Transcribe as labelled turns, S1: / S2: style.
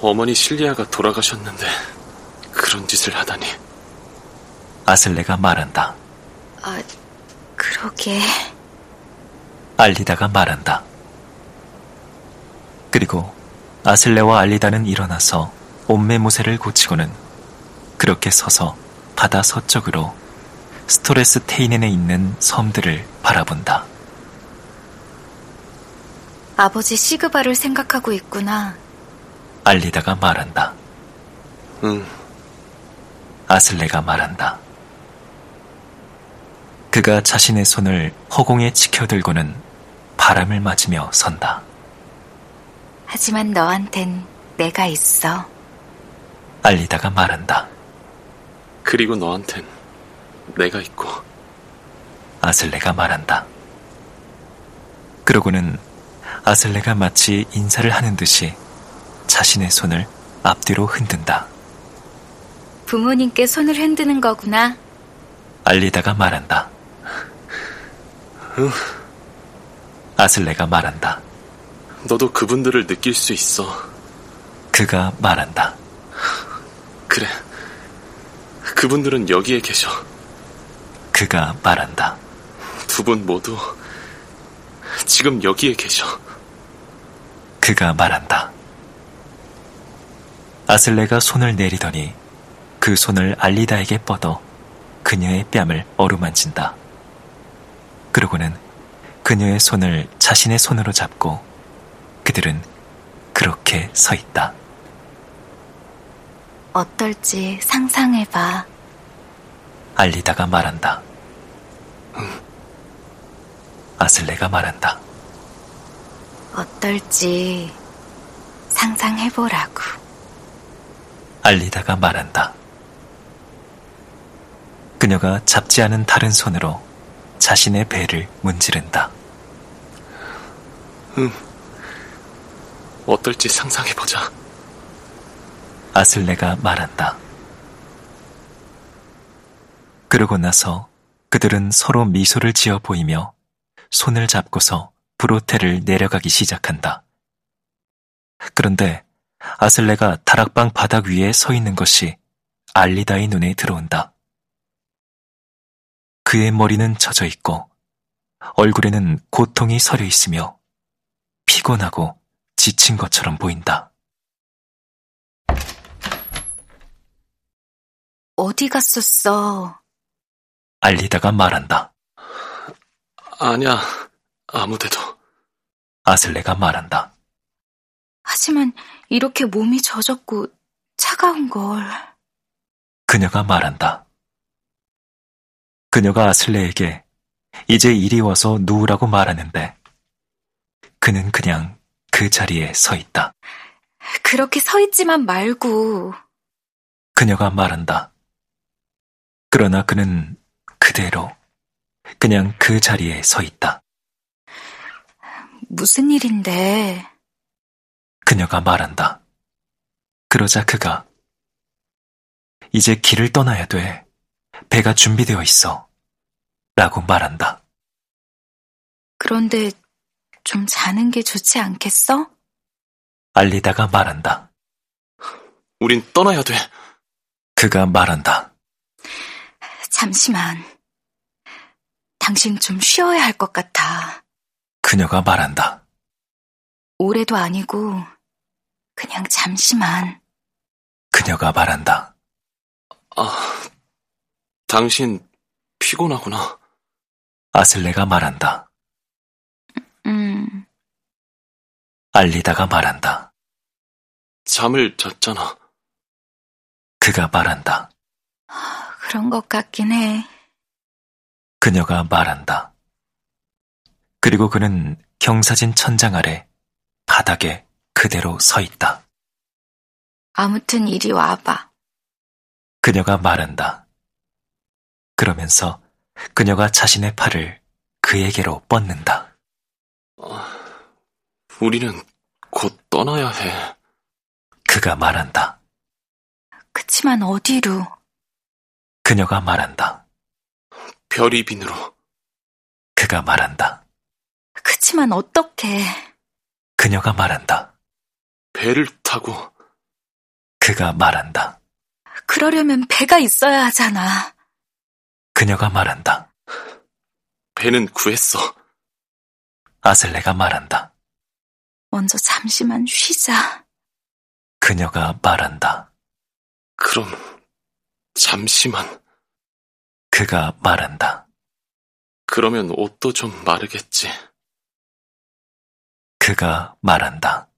S1: 어머니 실리아가 돌아가셨는데 그런 짓을 하다니
S2: 아슬레가 말한다.
S3: 아, 그러게.
S2: 알리다가 말한다. 그리고 아슬레와 알리다는 일어나서 옷매무새를 고치고는 그렇게 서서 바다 서쪽으로 스토레스 테이넨에 있는 섬들을 바라본다.
S3: 아버지 시그바를 생각하고 있구나.
S2: 알리다가 말한다.
S1: 응
S2: 아슬레가 말한다. 그가 자신의 손을 허공에 치켜들고는 바람을 맞으며 선다.
S3: 하지만 너한텐 내가 있어.
S2: 알리다가 말한다.
S1: 그리고 너한텐 내가 있고
S2: 아슬레가 말한다. 그러고는 아슬레가 마치 인사를 하는 듯이 자신의 손을 앞뒤로 흔든다.
S3: 부모님께 손을 흔드는 거구나.
S2: 알리다가 말한다. 아슬레가 말한다.
S1: 너도 그분들을 느낄 수 있어
S2: 그가 말한다.
S1: 그래 그분들은 여기에 계셔
S2: 그가 말한다.
S1: 두 분 모두 지금 여기에 계셔
S2: 그가 말한다. 아슬레가 손을 내리더니 그 손을 알리다에게 뻗어 그녀의 뺨을 어루만진다. 그러고는 그녀의 손을 자신의 손으로 잡고 그들은 그렇게 서 있다.
S3: 어떨지 상상해봐.
S2: 알리다가 말한다. 아슬레가 말한다.
S3: 어떨지 상상해보라고.
S2: 알리다가 말한다. 그녀가 잡지 않은 다른 손으로 자신의 배를 문지른다.
S1: 어떨지 상상해보자
S2: 아슬레가 말한다. 그러고 나서 그들은 서로 미소를 지어 보이며 손을 잡고서 브로테를 내려가기 시작한다. 그런데 아슬레가 다락방 바닥 위에 서 있는 것이 알리다의 눈에 들어온다. 그의 머리는 젖어 있고 얼굴에는 고통이 서려 있으며 피곤하고 지친 것처럼 보인다.
S3: 어디 갔었어?
S2: 알리다가 말한다.
S1: 아니야 아무데도
S2: 아슬레가 말한다.
S3: 하지만 이렇게 몸이 젖었고 차가운 걸.
S2: 그녀가 말한다. 그녀가 아슬레에게 이제 이리 와서 누우라고 말하는데 그는 그냥 그 자리에 서 있다.
S3: 그렇게 서 있지만 말고.
S2: 그녀가 말한다. 그러나 그는 그대로 그냥 그 자리에 서 있다.
S3: 무슨 일인데?
S2: 그녀가 말한다. 그러자 그가 이제 길을 떠나야 돼. 배가 준비되어 있어. 라고 말한다.
S3: 그런데 좀 자는 게 좋지 않겠어?
S2: 알리다가 말한다.
S1: 우린 떠나야 돼
S2: 그가 말한다.
S3: 잠시만. 당신 좀 쉬어야 할 것 같아.
S2: 그녀가 말한다.
S3: 올해도 아니고, 그냥 잠시만.
S2: 그녀가 말한다.
S1: 아, 당신 피곤하구나.
S2: 아슬레가 말한다.
S3: 음,
S2: 알리다가 말한다.
S1: 잠을 잤잖아.
S2: 그가 말한다.
S3: 그런 것 같긴 해.
S2: 그녀가 말한다. 그리고 그는 경사진 천장 아래 바닥에 그대로 서 있다.
S3: 아무튼 이리 와봐.
S2: 그녀가 말한다. 그러면서 그녀가 자신의 팔을 그에게로 뻗는다.
S1: 아, 우리는 곧 떠나야 해.
S2: 그가 말한다.
S3: 그치만 어디로?
S2: 그녀가 말한다.
S1: 별이 빈으로.
S2: 그가 말한다.
S3: 그치만 어떻게?
S2: 그녀가 말한다.
S1: 배를 타고
S2: 그가 말한다.
S3: 그러려면 배가 있어야 하잖아.
S2: 그녀가 말한다.
S1: 배는 구했어.
S2: 아슬레가 말한다.
S3: 먼저 잠시만 쉬자.
S2: 그녀가 말한다.
S1: 그럼 잠시만.
S2: 그가 말한다.
S1: 그러면 옷도 좀 마르겠지.
S2: 그가 말한다.